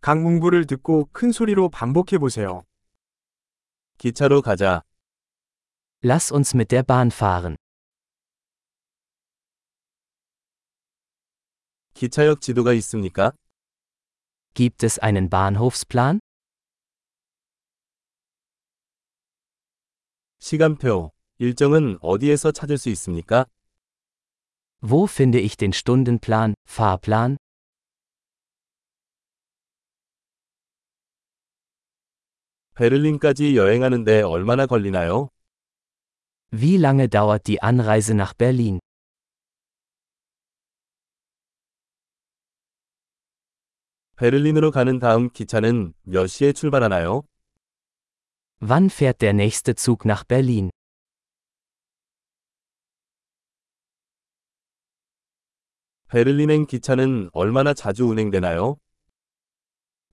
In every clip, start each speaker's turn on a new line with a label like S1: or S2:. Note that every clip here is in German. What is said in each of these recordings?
S1: 각 문구를 듣고 큰 소리로 반복해 보세요.
S2: 기차로 가자.
S3: Lass uns mit der Bahn fahren.
S2: 기차역 지도가 있습니까?
S3: Gibt es einen Bahnhofsplan?
S2: 시간표, 일정은 어디에서 찾을 수 있습니까?
S3: Wo finde ich den Stundenplan, Fahrplan?
S2: 베를린까지 여행하는데 얼마나 걸리나요?
S3: Wie lange dauert die Anreise nach Berlin?
S2: 베를린으로 가는 다음 기차는 몇 시에 출발하나요?
S3: Wann fährt der nächste Zug nach Berlin?
S2: 베를린행 기차는 얼마나 자주 운행되나요?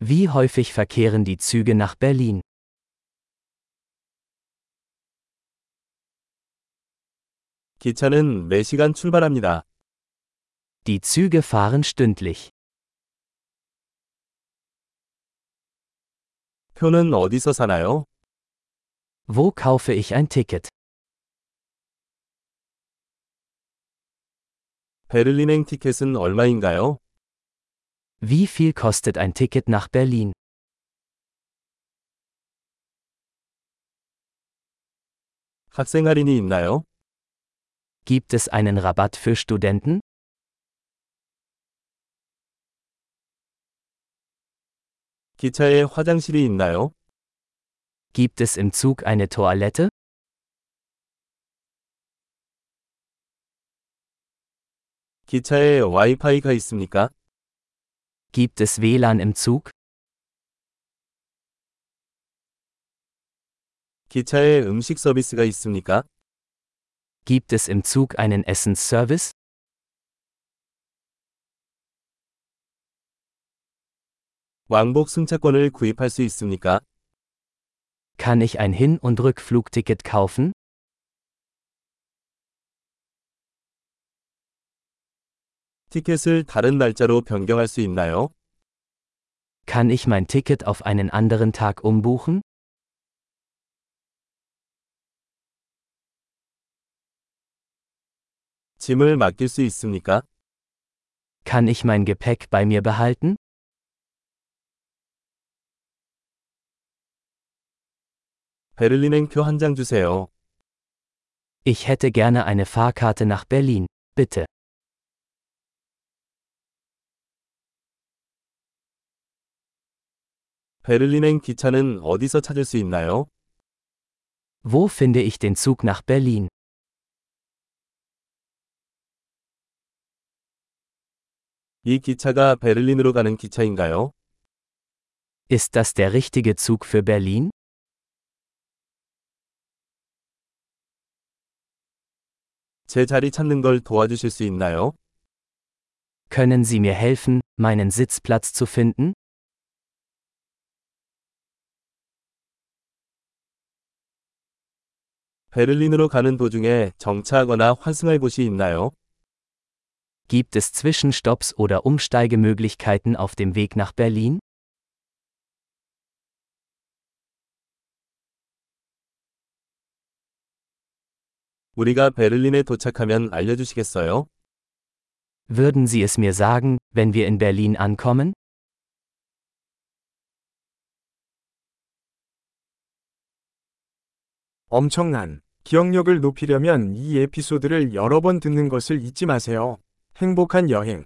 S3: Wie häufig verkehren die Züge nach Berlin?
S2: 기차는 네 매시간 출발합니다.
S3: Die Züge fahren stündlich.
S2: 표는 어디서 사나요?
S3: Wo kaufe ich ein Ticket?
S2: 베를린행 티켓은 얼마인가요?
S3: Wie viel kostet ein Ticket nach Berlin?
S2: 학생 할인이 있나요?
S3: Gibt es einen Rabatt für Studenten?
S2: 기차에 화장실이 있나요?
S3: Gibt es im Zug eine Toilette?
S2: 기차에 와이파이가 있습니까?
S3: Gibt es WLAN im Zug?
S2: 기차에 음식 서비스가 있습니까?
S3: Gibt es im Zug einen Essensservice?
S2: 왕복 승차권을 구입할 수 있습니까?
S3: Kann ich ein Hin- und Rückflugticket kaufen?
S2: 티켓을 다른 날짜로 변경할 수 있나요?
S3: Kann ich mein Ticket auf einen anderen Tag umbuchen?
S2: 짐을 맡길 수 있습니까?
S3: Kann ich mein Gepäck bei mir behalten?
S2: 베를린행 표 한 장 주세요.
S3: Ich hätte gerne eine Fahrkarte nach Berlin, bitte.
S2: 베를린행 기차는 어디서 찾을 수 있나요?
S3: Wo finde ich den Zug nach Berlin?
S2: 이 기차가 베를린으로 가는 기차인가요?
S3: Ist das der richtige Zug für Berlin?
S2: 제 자리 찾는 걸 도와주실 수 있나요?
S3: Können Sie mir helfen, meinen Sitzplatz zu finden?
S2: 베를린으로 가는 도중에 정차하거나 환승할 곳이 있나요?
S3: Gibt es Zwischenstopps oder Umsteigemöglichkeiten auf dem Weg nach Berlin?
S2: 우리가 베를린에 도착하면 알려주시겠어요?
S3: Würden Sie es mir sagen, wenn wir in Berlin ankommen?
S1: 엄청난 기억력을 높이려면 이 에피소드를 여러 번 듣는 것을 잊지 마세요. 행복한 여행.